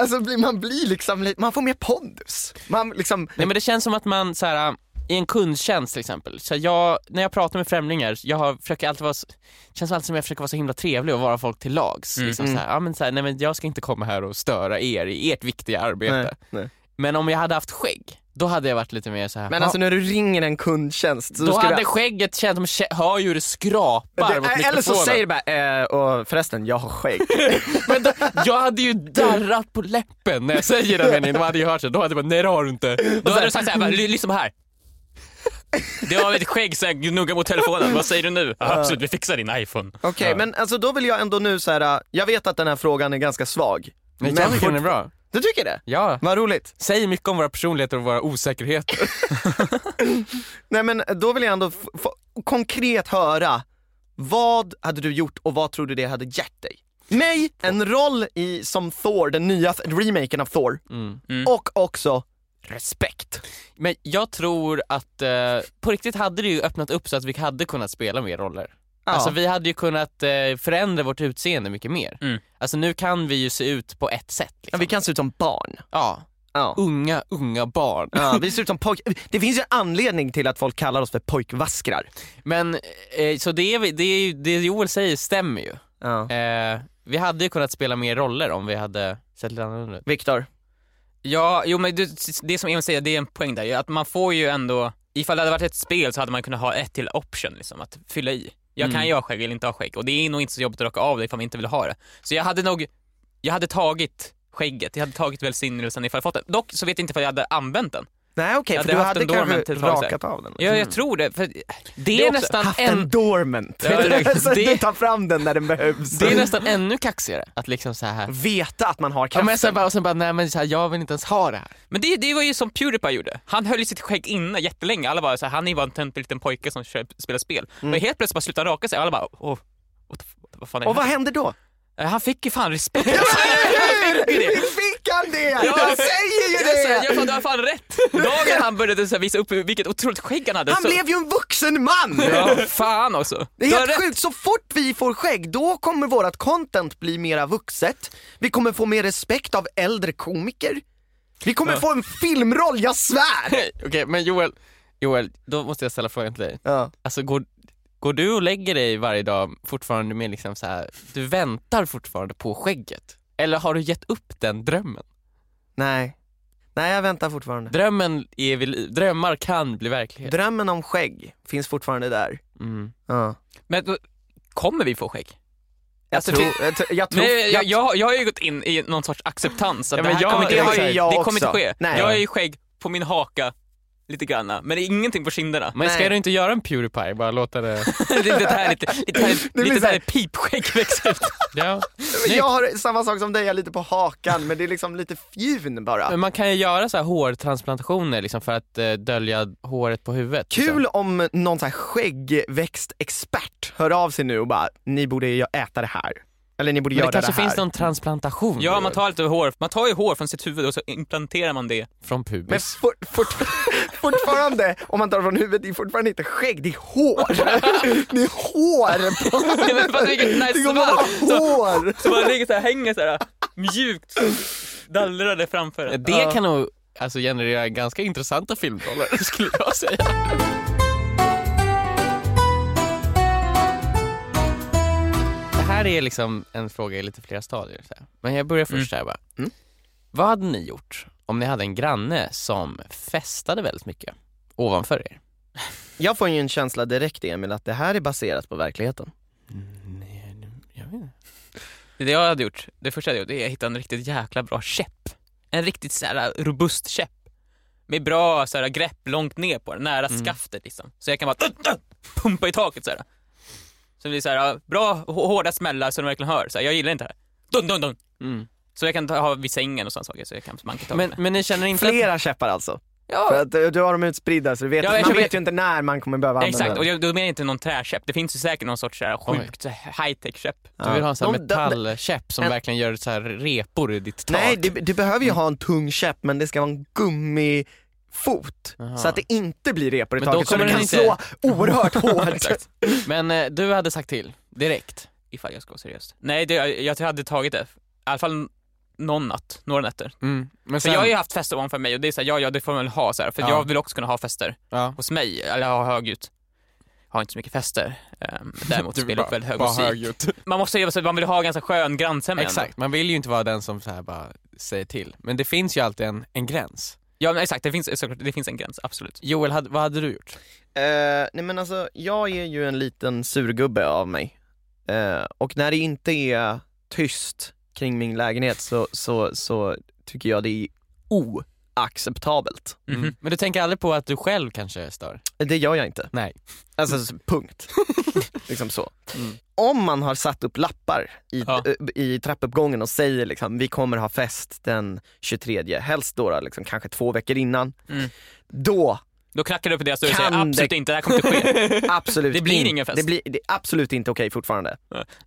B: alltså blir, man blir liksom, lite- man får mer pondus. Man liksom,
A: Nej men det känns som att man så här, äh, i en kundtjänst till exempel, så här, jag, när jag pratar med främlingar, jag har, försöker alltid vara, s- känns alltid som jag försöker vara så himla trevlig och vara folk till lags.
B: Mm,
A: Liksom, så här, ja, men, så här, nej men jag ska inte komma här och störa er i ert viktiga arbete.
B: nej, nej.
A: Men om jag hade haft skägg, då hade jag varit lite mer så här.
B: Men
A: "Ja,
B: alltså när du ringer en kundtjänst så
A: Då
B: ska
A: hade
B: du,
A: skägget känt, de kä- hör ju hur det skrapar mot
B: det,
A: mikrofonen.
B: eller så säger du bara, eh, och förresten jag
A: *laughs*
B: har skägg.
A: Men då, jag hade ju darrat på läppen när
B: *laughs*
A: jag säger den meningen, de hade ju hört det. Då hade jag bara, nej det har du inte.
C: Då hade du sagt såhär, lyssna på här. Det var ett skägg som jag gnuggar mot telefonen, vad säger du nu? absolut, vi fixar din iPhone.
B: Okej men alltså då vill jag ändå nu så här. jag vet att den här frågan är ganska svag.
A: Men jag tycker
B: fort-
A: den är bra.
B: Du tycker det?
A: Ja.
B: Vad roligt.
A: Säger mycket om våra personligheter och våra osäkerheter.
B: Nej men då vill jag ändå f- få konkret höra, vad hade du gjort och vad tror du det hade gett dig? Mig, en roll i, som Thor, den nya th- remaken av Thor.
A: Mm.
B: Och också respekt.
A: Men jag tror att, eh, på riktigt hade det ju öppnat upp så att vi hade kunnat spela mer roller. Alltså vi hade ju kunnat eh, förändra vårt utseende mycket mer.
C: Mm.
A: Alltså nu kan vi ju se ut på ett sätt.
B: ja,
A: Liksom.
B: vi kan se ut som barn.
A: Ja,
B: Ja.
A: unga, unga barn.
B: Ja, vi ser ut som pojk... Det finns ju en anledning till att folk kallar oss för pojkvaskrar.
A: Men, eh, så det, är, vi- det, är, ju- det Joel säger stämmer ju.
B: Ja.
A: Eh, vi hade ju kunnat spela mer roller om vi hade sett lite annorlunda ut.
B: Viktor,
C: Ja, jo men det, det som Emil säger, det är en poäng där ju, att man får ju ändå, ifall det hade varit ett spel så hade man kunnat ha ett till option liksom, att fylla i. Jag
A: Mm.
C: kan ju ha skägg eller inte ha skägg och det är nog inte så jobbigt att rocka av det ifall man inte vill ha det. Så jag hade nog, jag hade tagit skägget, jag hade tagit välsignelsen ifall jag fått den. Dock så vet jag inte ifall jag hade använt den.
B: nej okej,
C: Ja,
B: för
C: det
B: du
C: har haft
B: hade
C: en dormant
B: kanske
C: till tag,
B: rakat av den.
C: Ja, jag tror det. För
A: Det
C: är
A: är,
C: också-
A: nästan
B: Haft en
A: en,
B: dormant.
A: Ja, det-
B: *laughs* så att du
A: det-
B: tar fram den när den behövs.
A: det är nästan ännu kaxigare att liksom så här.
B: Veta att man har
A: Ja,
B: kraften.
A: men sen bara, och sen bara, nej men så här, jag vill inte ens ha det här.
C: Men det, det var ju som Pewdiepie gjorde. Han höll ju sitt skägg inne jättelänge. Alla bara så här, han är ju bara en töntig liten pojke som kör, spelar spel. Men helt plötsligt bara slutade han raka sig. Alla bara, åh, what the f- vad fan är det
B: Och vad
C: här?
B: händer då?
C: Eh, Han fick ju fan respekt. *laughs*
B: Hur fick han det? Jag säger ju
C: Jag säger,
B: det!
C: jag fan, du har fan rätt. Dagen han började så här visa upp vilket otroligt skägg han hade.
B: Han
C: så...
B: blev ju en vuxen man!
C: alltså- Ja, fan också.
B: Det är
C: Du har
B: helt
C: rätt.
B: sjukt, så fort vi får skägg då kommer vårt content bli mera vuxet, vi kommer få mer respekt av äldre komiker, vi kommer få en filmroll, jag
C: *laughs*
B: svär!
A: Okej, men Joel, Joel, då måste jag ställa frågan till dig.
B: Ja.
A: Alltså går, går du och lägger dig varje dag fortfarande med liksom så här, du väntar fortfarande på skägget? Eller har du gett upp den drömmen?
B: Nej, nej jag väntar fortfarande.
A: Drömmen är vid liv, drömmar kan bli verklighet.
B: Drömmen om skägg finns fortfarande där.
A: Mm.
B: Ja.
C: Men då- kommer vi få skägg?
B: Jag,
C: Alltså,
B: tror, jag, tror- jag tror...
C: Nej, jag,
B: jag-
C: jag, jag har ju gått in i någon sorts acceptans att
A: Ja,
C: det
A: men
C: här
A: jag-
C: kommer, det
A: det
C: har
A: har
C: ju,
A: ju
B: jag
C: det kommer
B: också.
C: inte ske.
B: Nej.
C: Jag har ju skägg på min haka lite granna, men det är ingenting på kinderna.
A: Men ska
B: Nej.
A: du inte göra en Pewdiepie? Bara låta det...
B: *laughs*
C: det, *laughs* det här lite, lite,
B: blir
C: här, lite
B: så
C: så
B: här-
C: här pipskägg växer ut.
A: *laughs* Ja.
B: jag har samma sak som dig, jag är lite på hakan men det är liksom lite fjun bara.
A: Men man kan ju göra så här hårtransplantationer liksom för att eh, dölja håret på huvudet. Liksom.
B: Kul om någon så här skäggväxtexpert hör av sig nu och bara, ni borde ju äta det här. Eller ni borde
A: Liksom. Men
B: göra
A: det kanske
B: här.
A: finns någon transplantation
C: Ja, man
A: Joel,
C: tar lite hår. Man tar ju hår från sitt huvud och så implanterar man det.
A: från
B: Men
A: pubis.
B: for, fort, *laughs* fortfarande, om man tar från huvudet, det är fortfarande inte skägg, det är hår. *laughs* Det är
A: *laughs*
B: hår! På,
C: Ja, men fattar vilket
B: det
C: nice
B: kommer
C: svar!
B: vara hår!
C: Så man ligger så här, hänger så här mjukt dallrade framför en.
A: Det kan nog alltså, generera ganska intressanta filmroller *laughs* skulle jag säga. Det här är liksom en fråga i lite flera stadier. Så här. Men jag börjar först här bara.
B: Mm.
A: Vad hade ni gjort om ni hade en granne som festade väldigt mycket ovanför er?
B: Jag får ju en känsla direkt Emil att det här är baserat på verkligheten. Mm,
A: Jag vet inte.
C: Det jag hade gjort, det första jag hade gjort, det är att hitta en riktigt jäkla bra käpp. En riktigt så här eh, robust käpp. Med bra så här, grepp långt ner på den, nära skaftet liksom. Så jag kan bara pumpa i taket så här. Så det blir så här, eh, bra h- hårda smällar så de verkligen hör. Så här, jag gillar inte det här. Dun, dun, dun.
A: Mm.
C: Så jag kan ta, ha vid sängen och sådana saker så jag kan manka taket
A: Men,
C: med.
A: men ni känner inte att...
B: Flera käppar alltså.
C: Ja,
B: För att eh, du har dem utspridda så du vet,
C: Ja, jag
B: man
C: köper-
B: vet ju inte när man kommer behöva använda
C: Exakt,
B: dem.
C: och jag, då menar jag inte någon träkäpp. Det finns ju säkert någon sorts så här, sjukt high-tech-käpp.
A: Du vill ha en sån här
B: De- de-
A: metallkäpp som
B: en-
A: verkligen gör så här repor i ditt tak?
B: Nej, du, du behöver ju ha en tung käpp men det ska vara en gummifot.
A: Aha.
B: Så att det inte blir repor i
A: Men då
B: taket så
A: kommer
B: det kan
A: den inte-
B: slå
A: *laughs*
B: oerhört hårt.
C: Exakt.
A: Men eh, du hade sagt till, direkt.
C: Ifall jag ska vara seriös. Nej, det, jag, jag hade tagit det. I alla fall någon natt, några nätter.
B: Mm.
A: Men
C: För jag har ju haft fester ovanför mig och det är såhär, ja ja det får man väl ha så här. För
A: Ja.
C: jag vill också kunna ha fester
A: ja.
C: hos mig, eller ha högljutt. Jag har inte så mycket fester.
A: *laughs*
C: Um, däremot
A: Du
C: spelar jag
A: bara-
C: upp väldigt hög
A: bara
C: musik.
A: högljutt.
C: Man måste ju, man vill ha ganska skön grannsämja ändå.
A: Exakt, man vill ju inte vara den som så här bara säger till. Men det finns ju alltid en, en gräns.
C: Ja men exakt, det finns, såklart, det finns en gräns, absolut.
A: Joel, hade, vad hade du gjort?
B: Eh, nej men alltså, jag är ju en liten surgubbe av mig. Eh, och när det inte är tyst kring min lägenhet så, så, så tycker jag det är oacceptabelt.
C: Mhm.
A: Mm-hmm. Men du tänker aldrig på att du själv kanske stör?
B: Det gör jag inte.
A: Nej.
B: Alltså, s-
C: *laughs*
B: punkt. liksom så. Om man har satt upp lappar i,
C: Mm. Ja.
B: eh, i trappuppgången och säger liksom, vi kommer ha fest den 23, helst då, då liksom, kanske två veckor innan.
C: Mm.
B: Då
C: Då knackar du på deras dörr och
B: Kan
C: säger absolut
B: det-
C: inte, det här kommer inte ske.
A: *laughs*
B: absolut
C: *laughs* Det blir
B: in-
C: ingen fest.
B: Det, blir, det är absolut inte okej fortfarande.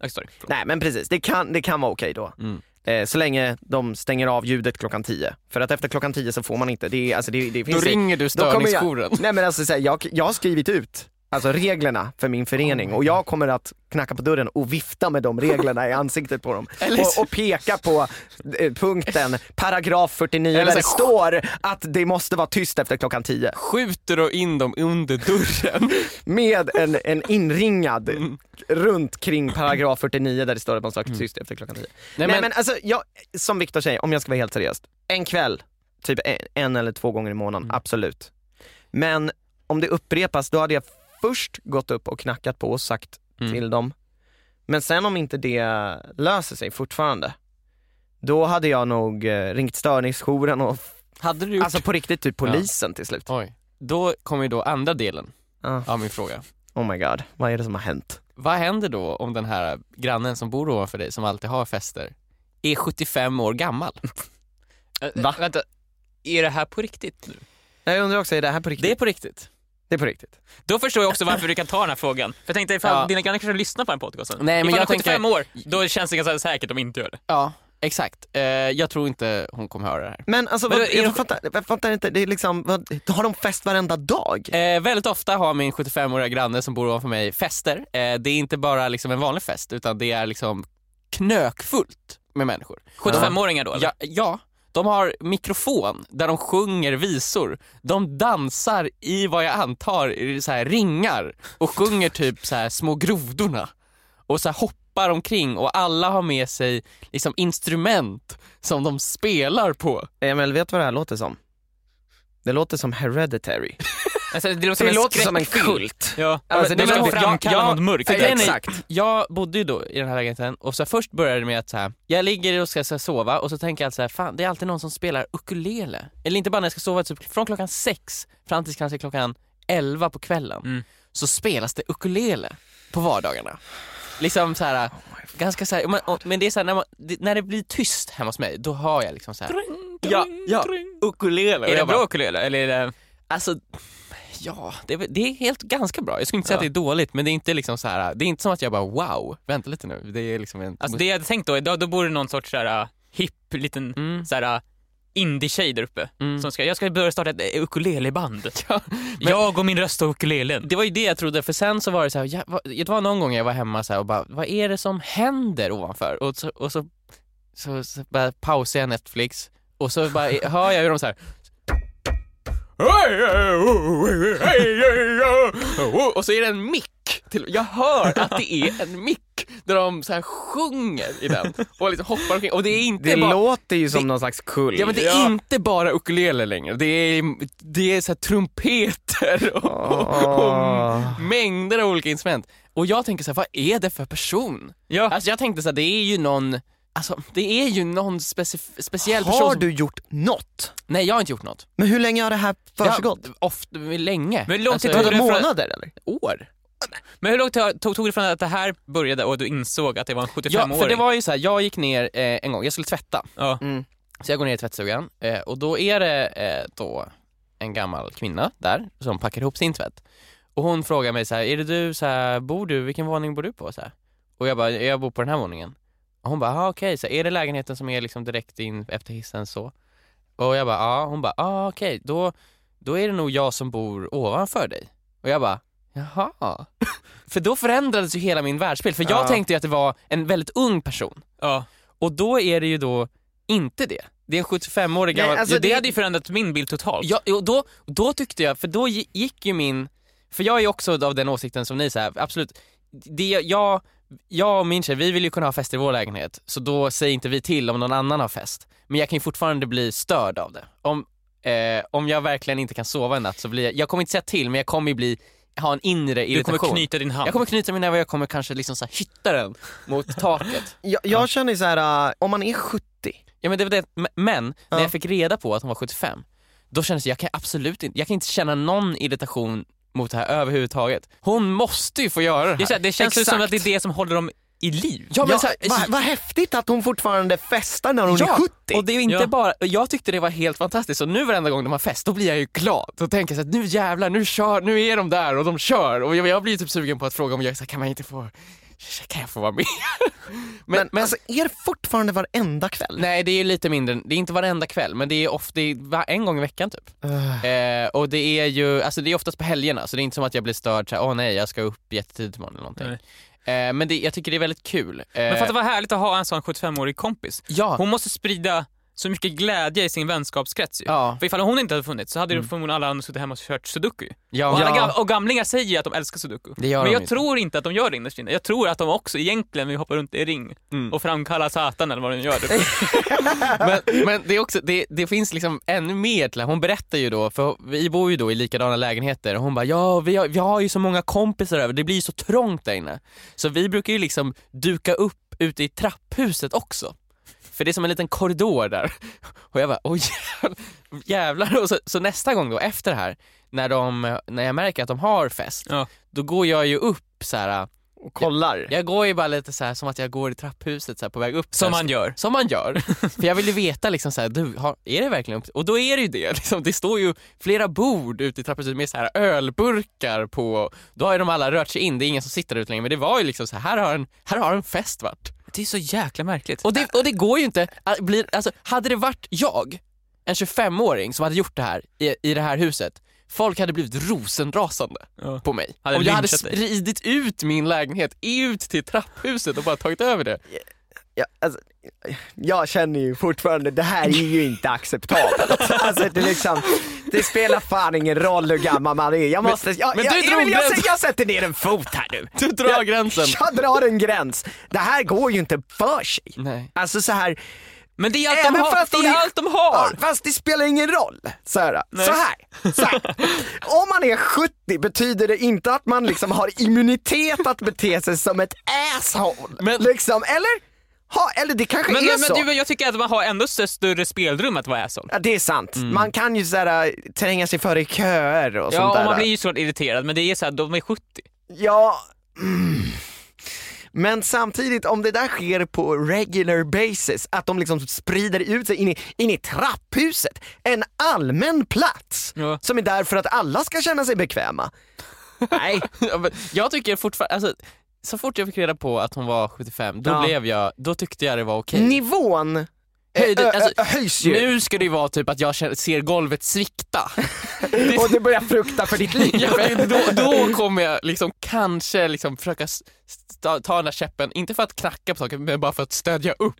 C: Nej, sorry, förlåt.
B: Nej men precis, det kan, det kan vara okej då.
A: Mm.
B: Eh, så länge de stänger av ljudet klockan 10. För att efter klockan 10 så får man inte, det, är, alltså, det, det
A: Då
B: finns
A: ringer du
B: Då kommer jag-
A: störningsjouren.
B: Nej men alltså så här, jag, jag har skrivit ut Alltså reglerna för min
A: Oh
B: förening och jag kommer att knacka på dörren och vifta med de reglerna i ansiktet på dem.
A: Eller så-
B: Och, och peka på eh, punkten, paragraf 49
A: Eller
B: där
A: så-
B: det står att det måste vara tyst efter klockan 10.
A: Skjuter då in dem under dörren.
B: Med en, en inringad
A: Mm.
B: runt kring paragraf 49 där det står att man ska vara tyst efter klockan 10. Nej, men, alltså, jag, som Viktor säger, om jag ska vara helt seriös. En kväll, typ en, en eller två gånger i månaden, absolut. Men om det upprepas, då hade jag först gått upp och knackat på och sagt
A: Mm.
B: till dem. Men sen om inte det löser sig fortfarande, då hade jag nog eh, ringt störningsjouren *laughs* och
A: Hade du gjort...
B: alltså på riktigt typ polisen till slut.
A: Oj. Då kommer ju då andra delen
B: Ah,
A: av min fråga.
B: oh my god, vad är det som har hänt?
A: Vad händer då om den här grannen som bor ovanför dig, som alltid har fester, är 75 år gammal? *laughs*
C: Ä- ä- Vänta, är det här på riktigt nu?
B: Jag undrar också, är det här på riktigt?
A: Det är på riktigt.
B: Det är på riktigt.
C: Då förstår jag också varför du kan ta den här frågan. För jag tänkte ifall
A: Ja.
C: dina grannar kanske lyssnar på den podcasten.
A: Nej, men
C: ifall
A: jag
C: de är 75 år, då känns det ganska säkert om de inte gör det.
A: Ja, exakt. Eh, jag tror inte hon kommer höra det här.
B: Men alltså,
C: Men
B: vad,
C: då är
B: jag
C: de-
B: fattar, jag fattar inte, det är liksom, vad, har de fest varenda dag?
A: Eh, väldigt ofta har min 75-åriga granne som bor ovanför mig fester. Eh, det är inte bara liksom en vanlig fest utan det är liksom knökfullt med människor.
C: 75-åringar då eller?
A: Ja, ja, de har mikrofon där de sjunger visor. De dansar i vad jag antar är så här ringar och sjunger typ så här små grodorna och så här hoppar omkring och alla har med sig liksom instrument som de spelar på.
B: Emil, vet du vad det här låter som? Det låter som hereditary.
C: Alltså, det låter, skräckfilm. Ja.
B: Alltså, det
C: det ska
B: låter-
C: framkalla
A: jag-
C: något mörkt.
A: för
B: grejen
A: grejen är-
B: Exakt.
A: jag bodde ju då i den här lägenheten och så först började det med att så här, jag ligger och ska så här, sova och så tänker jag så här, fan det är alltid någon som spelar ukulele. Eller inte bara när jag ska sova, typ från klockan sex fram till kanske klockan elva på kvällen
C: Mm.
A: så spelas det ukulele på vardagarna. Liksom så
C: Oh
A: här, ganska så här, men, och, men det är så här, när, man, det, när det blir tyst hemma hos mig då har jag liksom så här, ja, ja, ukulele. Och
C: Är det
A: jag bara,
C: bra ukulele eller eh, är det...
A: Alltså, ja, det är, väl- det är helt ganska bra. Jag skulle inte säga att det är dåligt, men det är inte liksom så här, det är inte som att jag bara wow, vänta lite nu. Det är liksom en...
C: Alltså det jag hade tänkt då, då, då bor det någon sorts såhär, eh, hipp liten
A: Mm.
C: såhär, eh, indie-tjej där uppe.
A: Mm.
C: Som ska, jag ska börja starta ett eh, ukuleleband.
A: *laughs*
C: jag och min röst och ukulelen.
A: det var ju det jag trodde, för sen så var det så här, jag, var- det var någon gång jag var hemma så här och bara, vad är det som händer ovanför? Och så, och så, så, så bara pausar jag Netflix och så bara *laughs* hör jag hur de så här och så är det en mick. Till, jag hör att det är en mick där de så här sjunger i den och liksom hoppar omkring. Och det är inte
B: Det
A: bara...
B: låter ju som någon slags kull.
A: Ja men det är inte bara ukulele längre, det är, det är så här trumpeter och, och,
B: Åh.
A: och mängder av olika instrument. Och jag tänker så här, vad är det för person?
C: Ja.
A: Alltså jag tänkte så här, det är ju någon, alltså det är ju någon specif- speciell person
B: Har
A: som-
B: du gjort något?
A: Nej jag har inte gjort något.
B: Men hur länge har det här försiggått?
A: Jag, ofta, länge.
C: Men hur lång tid
A: Alltså, typ
C: tog
B: Vadå
C: det för-
B: månader eller?
A: år.
C: Men hur långt tog, tog, tog det från att det här började och du insåg att det var en 75-åring?
A: Ja, för det var ju så här, jag gick ner eh, en gång, jag skulle tvätta.
C: Ja.
B: Mm.
A: Så jag går ner i tvättstugan eh, och då är det eh, då en gammal kvinna där som packar ihop sin tvätt. Och hon frågar mig så här, är det du, så här, bor du, vilken våning bor du på? Så här. Och jag bara, jag bor på den här våningen. Och hon bara, ah, okej, så här, är det lägenheten som är liksom direkt in efter hissen så? Och jag bara, ja. Hon bara, ah, okej, då, då är det nog jag som bor ovanför dig. Och jag bara, jaha. *laughs* för då förändrades ju hela min världsbild, för jag
B: Ja.
A: tänkte ju att det var en väldigt ung person.
C: Ja.
A: Och då är det ju då inte det. Det är en 75-årig
B: Nej,
A: gammal...
B: alltså
A: Ja,
C: det,
A: det-
C: hade ju förändrat min bild totalt.
A: Ja, och då, då tyckte jag, för då gi- gick ju min, för jag är ju också av den åsikten som ni säger, absolut, det, jag, jag och min tjej, vi vill ju kunna ha fest i vår lägenhet, så då säger inte vi till om någon annan har fest. Men jag kan ju fortfarande bli störd av det. Om, eh, om jag verkligen inte kan sova en natt så blir jag, jag kommer inte säga till men jag kommer ju bli, ha en inre
C: du
A: irritation.
C: kommer knyta din hand.
A: jag kommer knyta min näve och jag kommer kanske liksom så här hytta den mot taket.
B: Jag, jag känner så här, äh, om man är 70,
A: Ja men det var det, m- men när
B: Ja.
A: jag fick reda på att hon var 75, då kändes det, jag kan absolut inte, jag kan inte känna någon irritation mot det här överhuvudtaget. Hon måste ju få göra det
C: det, är
A: här.
C: så här, det känns ju som
B: Exakt.
C: att det är det som håller dem i liv.
A: Ja men
B: ja,
A: så här,
B: vad vad häftigt att hon fortfarande festar när hon
A: ja,
B: är 70.
A: och det är ju inte
C: Ja.
A: bara, och jag tyckte det var helt fantastiskt så nu varenda gång de har fest då blir jag ju glad. Då tänker jag så här, nu jävlar, nu kör, nu är de där och de kör och jag, jag blir typ sugen på att fråga om jag så här, kan man inte få kan jag få vara med?
B: Men, men, alltså, är det fortfarande varenda kväll?
A: Nej, det är ju lite mindre, det är inte varenda kväll, men det är ofta, det är va- en gång i veckan typ.
B: Ugh.
A: Eh, och det är ju, alltså det är oftast på helgerna, så det är inte som att jag blir störd såhär, åh nej jag ska upp jättetidigt imorgon eller någonting. Eh, men det, jag tycker det är väldigt kul. Eh,
C: Men fatta vad härligt att ha en sån 75-årig kompis.
A: ja,
C: Hon måste sprida så mycket glädje i sin vänskapskrets ju.
A: ja, Mm.
C: För ifall hon inte hade funnits så hade ju förmodligen alla andra suttit hemma och kört sudoku. ju. Och,
A: ja,
C: alla
B: Ja.
C: gam- och gamlingar säger ju att de älskar sudoku.
A: det gör
C: Men
A: de
C: jag
A: ju.
C: tror inte att de gör det innerst inne. Jag tror att de också egentligen vill hoppa runt i ring
A: Mm.
C: och framkalla satan eller vad de
A: *laughs*
C: gör. Det-
A: men, men det är också, det, det finns liksom ännu mer till Hon berättar ju då, för vi bor ju då i likadana lägenheter och hon bara ja vi har, vi har ju så många kompisar över, det blir ju så trångt där inne. Så vi brukar ju liksom duka upp ute i trapphuset också. För det är som en liten korridor där. Och jag bara oj jävlar. Och så, så nästa gång då efter det här, när, de, när jag märker att de har fest,
C: Ja.
A: då går jag ju upp så här.
B: Och kollar.
A: jag går ju bara lite så här som att jag går i trapphuset så här, på väg upp. så här,
C: Som man gör.
A: som man
C: *laughs*
A: gör. För jag vill ju veta liksom så här, du, har, är det verkligen upp Och då är det ju det. Liksom, det står ju flera bord ute i trapphuset med så här ölburkar på. Då har ju de alla rört sig in, det är ingen som sitter där ute längre. Men det var ju liksom så här, här har en, här har en fest varit.
C: Det är så jäkla märkligt.
A: Och det, och det går ju inte, att bli, alltså, hade det varit jag, en 25-åring som hade gjort det här i, i det här huset, folk hade blivit rosenrasande
C: Ja.
A: på mig.
C: Hade
A: Om jag hade
C: lynchat dig.
A: spridit ut min lägenhet ut till trapphuset och bara tagit över det.
B: Ja, alltså, jag känner ju fortfarande, det här är ju
A: *laughs*
B: inte acceptabelt. Alltså, det, är liksom, det spelar fan ingen roll hur gammal man är. Jag måste, jag,
A: men
B: jag,
A: du drog
B: Emil, jag,
A: gränsen.
B: sä- jag sätter ner en fot här nu.
A: Du drar
B: jag,
A: gränsen.
B: Jag drar en gräns. Det här går ju inte för sig.
A: Nej.
B: Alltså så här,
C: Men det är allt de
B: Även
C: har.
B: fast
C: Det
B: de-
C: är allt de har.
B: Ja, fast det spelar ingen roll. Så här, så här, så
C: *laughs*
B: här. Om man är 70 betyder det inte att man liksom har immunitet att bete sig som ett asshole.
A: Men-
B: liksom, eller? Ha, eller det kanske
C: Men,
B: är
C: men,
B: så.
C: du, jag tycker att man har ändå stö- större spelrum att vara asshole.
B: Ja, det är sant. Man kan ju så här, äh, tränga sig före i köer och sånt
C: Mm. Ja,
B: där.
C: och man blir ju såklart irriterad men det är så här, de är 70.
B: Ja. Mm. Men samtidigt, om det där sker på regular basis, att de liksom sprider ut sig in i, in i trapphuset, en allmän plats
C: Ja.
B: som är där för att alla ska känna sig bekväma. Nej,
A: Ja, men jag tycker fortfarande, alltså, så fort jag fick reda på att hon var 75, då
B: Ja.
A: blev jag, då tyckte jag det var okej.
B: nivån eh,
A: Höjde-
B: ö-
A: alltså,
B: ö- höjs ju
A: Nu ska det ju vara typ att jag känner- ser golvet *laughs* svikta.
B: och du börjar frukta för ditt liv.
A: *laughs* Ja, men då, då kommer jag liksom kanske liksom försöka s- ta, ta den där käppen, inte för att knacka på saker men bara för att stödja upp.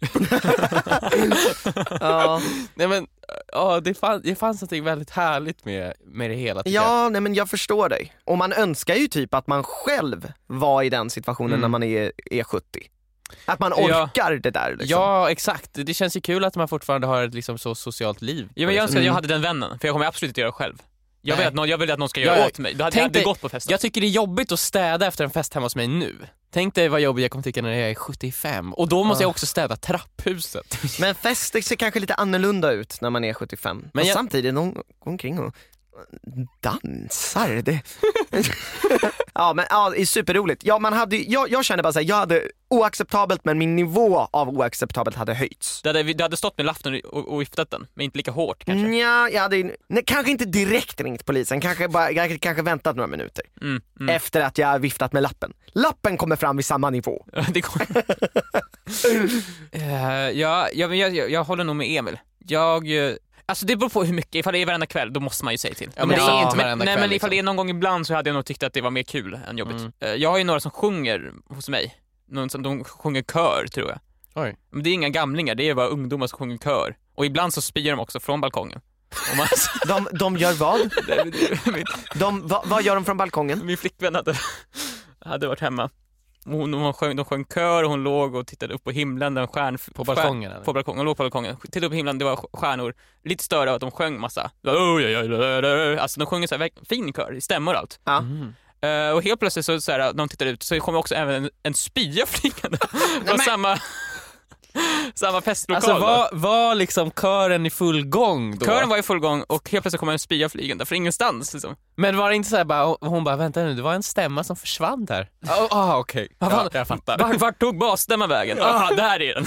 B: Ja.
A: *laughs* Nej, men, ja, det, fann, det fanns något väldigt härligt med, med det hela. tycker jag.
B: Ja, nej men jag förstår dig. Och man önskar ju typ att man själv var i den situationen
A: Mm.
B: när man är, är 70. Att man
C: Ja.
B: orkar det där liksom.
A: ja, exakt. Det känns ju kul att man fortfarande har ett liksom, så socialt liv.
C: Ja, men jag önskar att jag hade den vännen, för jag kommer absolut inte göra det själv. Jag vill,
A: Mm. Nej.
C: att någon, jag vill att någon ska göra
A: Ja,
C: åt mig. Då hade
A: tänk
C: jag hade
A: dig-
C: gått på festen.
A: Jag tycker det är jobbigt att städa efter en fest hemma hos mig nu. Tänk dig vad jobbigt jag kommer tycka när jag är 75 och då måste jag också städa trapphuset.
B: Men fester ser kanske lite annorlunda ut när man är 75. Men
A: jag-
B: samtidigt, de går omkring och dansar. Det... *laughs* ja men ja, det är superroligt. Ja, man hade, ju- jag, jag kände bara såhär, jag hade oacceptabelt men min nivå av oacceptabelt hade höjts.
C: Du, hade, du hade stått med laften och, och viftat den, men inte lika hårt kanske.
B: Nja, jag hade, nej, kanske inte direkt ringt polisen, kanske, bara, jag hade kanske väntat några minuter.
C: Mm, mm. *laughs*
B: efter att jag viftat med lappen. Lappen kommer fram vid samma nivå.
C: Ja, det går. Eh, ja, ja, men jag, jag, jag håller nog med Emil. Jag, eh, alltså det beror på hur mycket, ifall det är varenda kväll då måste man ju säga till.
A: Ja, men
B: det är
A: inte varenda
C: nej,
A: kväll,
C: men ifall
A: liksom.
C: det är någon gång ibland så hade jag nog tyckt att det var mer kul än jobbigt.
A: Mm.
C: Eh, jag har ju några som sjunger hos mig, någon som, de sjunger kör tror jag.
A: Oj.
C: Men det är inga gamlingar, det är bara ungdomar som sjunger kör. Och ibland så spyr de också från balkongen. Och man,
B: De, de gör *laughs* vad?
C: min,
B: De, va, vad gör de från balkongen?
C: min flickvän hade, hade varit hemma. Hon, hon sjöng, de sjöng kör och hon låg och tittade upp på himlen, den stjärn,
A: På balkongen eller?
C: på balkongen, låg på balkongen, tittade upp i himlen, det var st- stjärnor. Lite störda av att de sjöng massa. Alltså de sjunger så här, verk- fin kör, i stämmor och allt.
B: Ja.
A: Mm.
C: Eh, och helt plötsligt så, så här, när de tittar ut så kommer också även en, en spya flygande *laughs* från samma, samma festlokal.
A: Alltså
C: då.
A: var, var liksom kören i full gång då?
C: Kören var i full gång och helt plötsligt kommer en spya flygande från ingenstans. Liksom.
A: Men var det inte såhär bara, och hon bara vänta nu det var en stämma som försvann där? Ah okej,
C: Ja,
A: jag fattar.
C: Vart, vart tog basstämman vägen? Ah, där är den.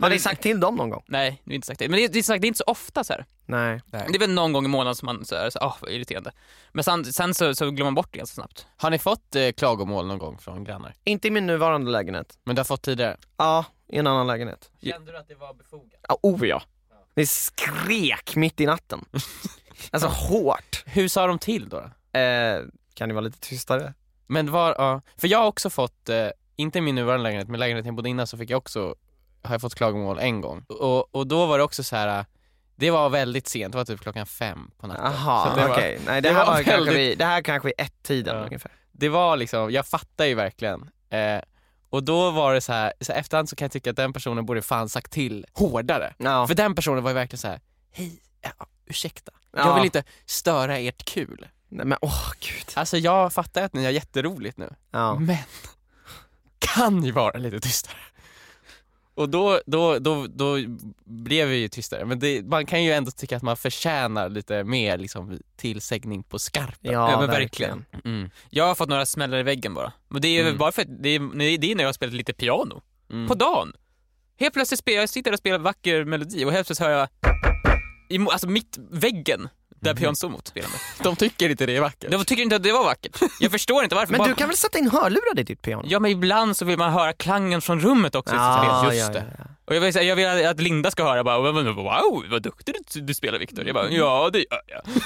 B: Har ni sagt till dem någon gång?
C: Nej, det är inte sagt det. Men det är, det är, sagt, det är inte så ofta så här.
B: Nej.
C: Det är väl någon gång i månaden som man så här, så, åh vad irriterande. Men sen, sen så, så glömmer man bort det ganska snabbt.
A: Har ni fått eh, klagomål någon gång från grannar?
B: Inte i min nuvarande lägenhet.
A: Men du har fått tidigare?
B: Ja, i en annan lägenhet.
C: Kände du att det var befogat?
B: Ja, oh ja. Det skrek mitt i natten. alltså hårt.
A: Hur sa de till då? då?
B: Eh, kan ni vara lite tystare?
A: Men var, ja. För jag har också fått, eh, inte i min nuvarande lägenhet, men lägenheten jag bodde innan så fick jag också, har jag fått klagomål en gång. Och, och då var det också så här. eh, det var väldigt sent, det var typ klockan fem på natten. Så
B: Jaha,
A: det,
B: okej.
A: var,
B: Nej det
A: det
B: här
A: var
B: var, kanske
A: väldigt-
B: vid, det här kanske vid ett-tiden
A: Ja.
B: ungefär.
A: det var liksom, jag fattar ju verkligen. Eh, och då var det så här, så här, efterhand så kan jag tycka att den personen borde fan sagt till hårdare.
B: Ja.
A: För den personen var ju verkligen så här, hej, ja, ursäkta, jag
B: Ja.
A: vill inte störa ert kul.
B: Nej, men åh gud.
A: Alltså jag fattar att ni har jätteroligt nu,
B: Ja.
A: men kan ju vara lite tystare. Och då, då, då, då blev vi ju tystare, men det, man kan ju ändå tycka att man förtjänar lite mer liksom, tillsägning på skarpen.
B: Ja,
C: Ja, men verkligen.
A: Mm.
C: Jag har fått några smällar i väggen bara. Men det är väl
A: Mm.
C: bara för att det är, det är när jag har spelat lite piano.
A: Mm.
C: På dagen. Helt plötsligt spelar, jag sitter och spelar vacker melodi och helt plötsligt hör jag, i, mo- alltså mitt, väggen där pianot står mot spelande.
A: De tycker inte Mm. det är vackert.
C: De tycker inte att det var vackert. Jag förstår inte varför.
B: Men
C: Bara-
B: du kan väl sätta in hörlurar i ditt piano?
C: Ja men ibland så vill man höra klangen från rummet också. i sitt spel.
B: Ah, Ja,
A: just
B: ja,
A: det.
B: ja, ja.
C: Och jag vill, säga- jag vill att Linda ska höra bara wow vad duktig du, du spelar Viktor. Jag bara ja det gör jag. *laughs*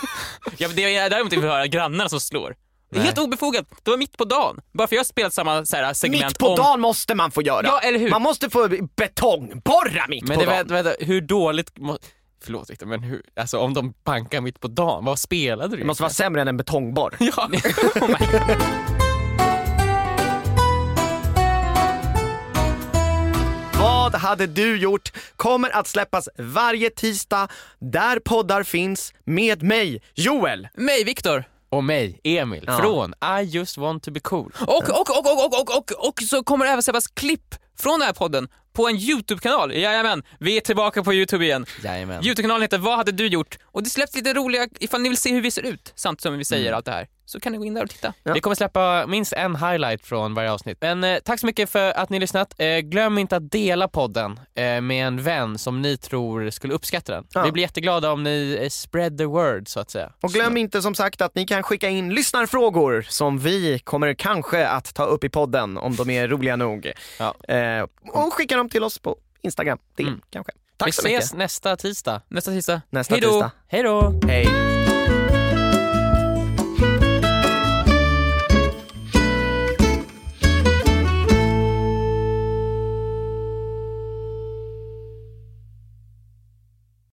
C: ja, men det jag däremot inte vill höra är grannarna som slår. Det är helt obefogat. Det var mitt på dagen. Bara för jag har spelat samma så här, segment
B: Mitt på
C: om...
B: dagen måste man få göra.
C: Ja eller hur.
B: Man måste få betongborra mitt
A: Men
B: på
A: det,
B: dagen.
A: vänta, vänta, hur dåligt... Må, förlåt Victor, men hur, alltså, om de bankar mitt på dagen, vad spelade du?
B: Det
C: *laughs*
B: måste vara sämre än en betongborr.
A: *laughs* Ja.
C: Oh my God.
B: Vad hade du gjort? Kommer att släppas varje tisdag där poddar finns med mig, Joel.
C: Mig Viktor.
A: Och mig, Emil, från I just want to be cool.
C: Och, och, och, och, och, och, och, och så kommer det även släppas klipp från den här podden på en YouTube-kanal. Jajamän, vi är tillbaka på YouTube igen.
A: Jajamän.
C: Youtube-kanalen heter Vad hade du gjort? Och det släpps lite roliga, ifall ni vill se hur vi ser ut samtidigt som vi säger allt det här, så kan ni gå in där och titta.
A: Vi kommer släppa minst en highlight från varje avsnitt. Men eh, tack så mycket för att ni lyssnat. Eh, glöm inte att dela podden eh, med en vän som ni tror skulle uppskatta den.
B: Ja.
A: Vi blir jätteglada om ni eh, spread the word, så att säga.
B: Och glöm inte som sagt att ni kan skicka in lyssnarfrågor som vi kommer kanske att ta upp i podden om de är roliga nog.
A: Ja. Mm.
B: Eh, och skicka dem till oss på Instagram. Det kanske. Tack
A: Vi
B: så mycket.
A: ses nästa tisdag.
C: Nästa tisdag.
B: Nästa
C: Hejdå.
B: tisdag.
A: Hej då!
B: Hej.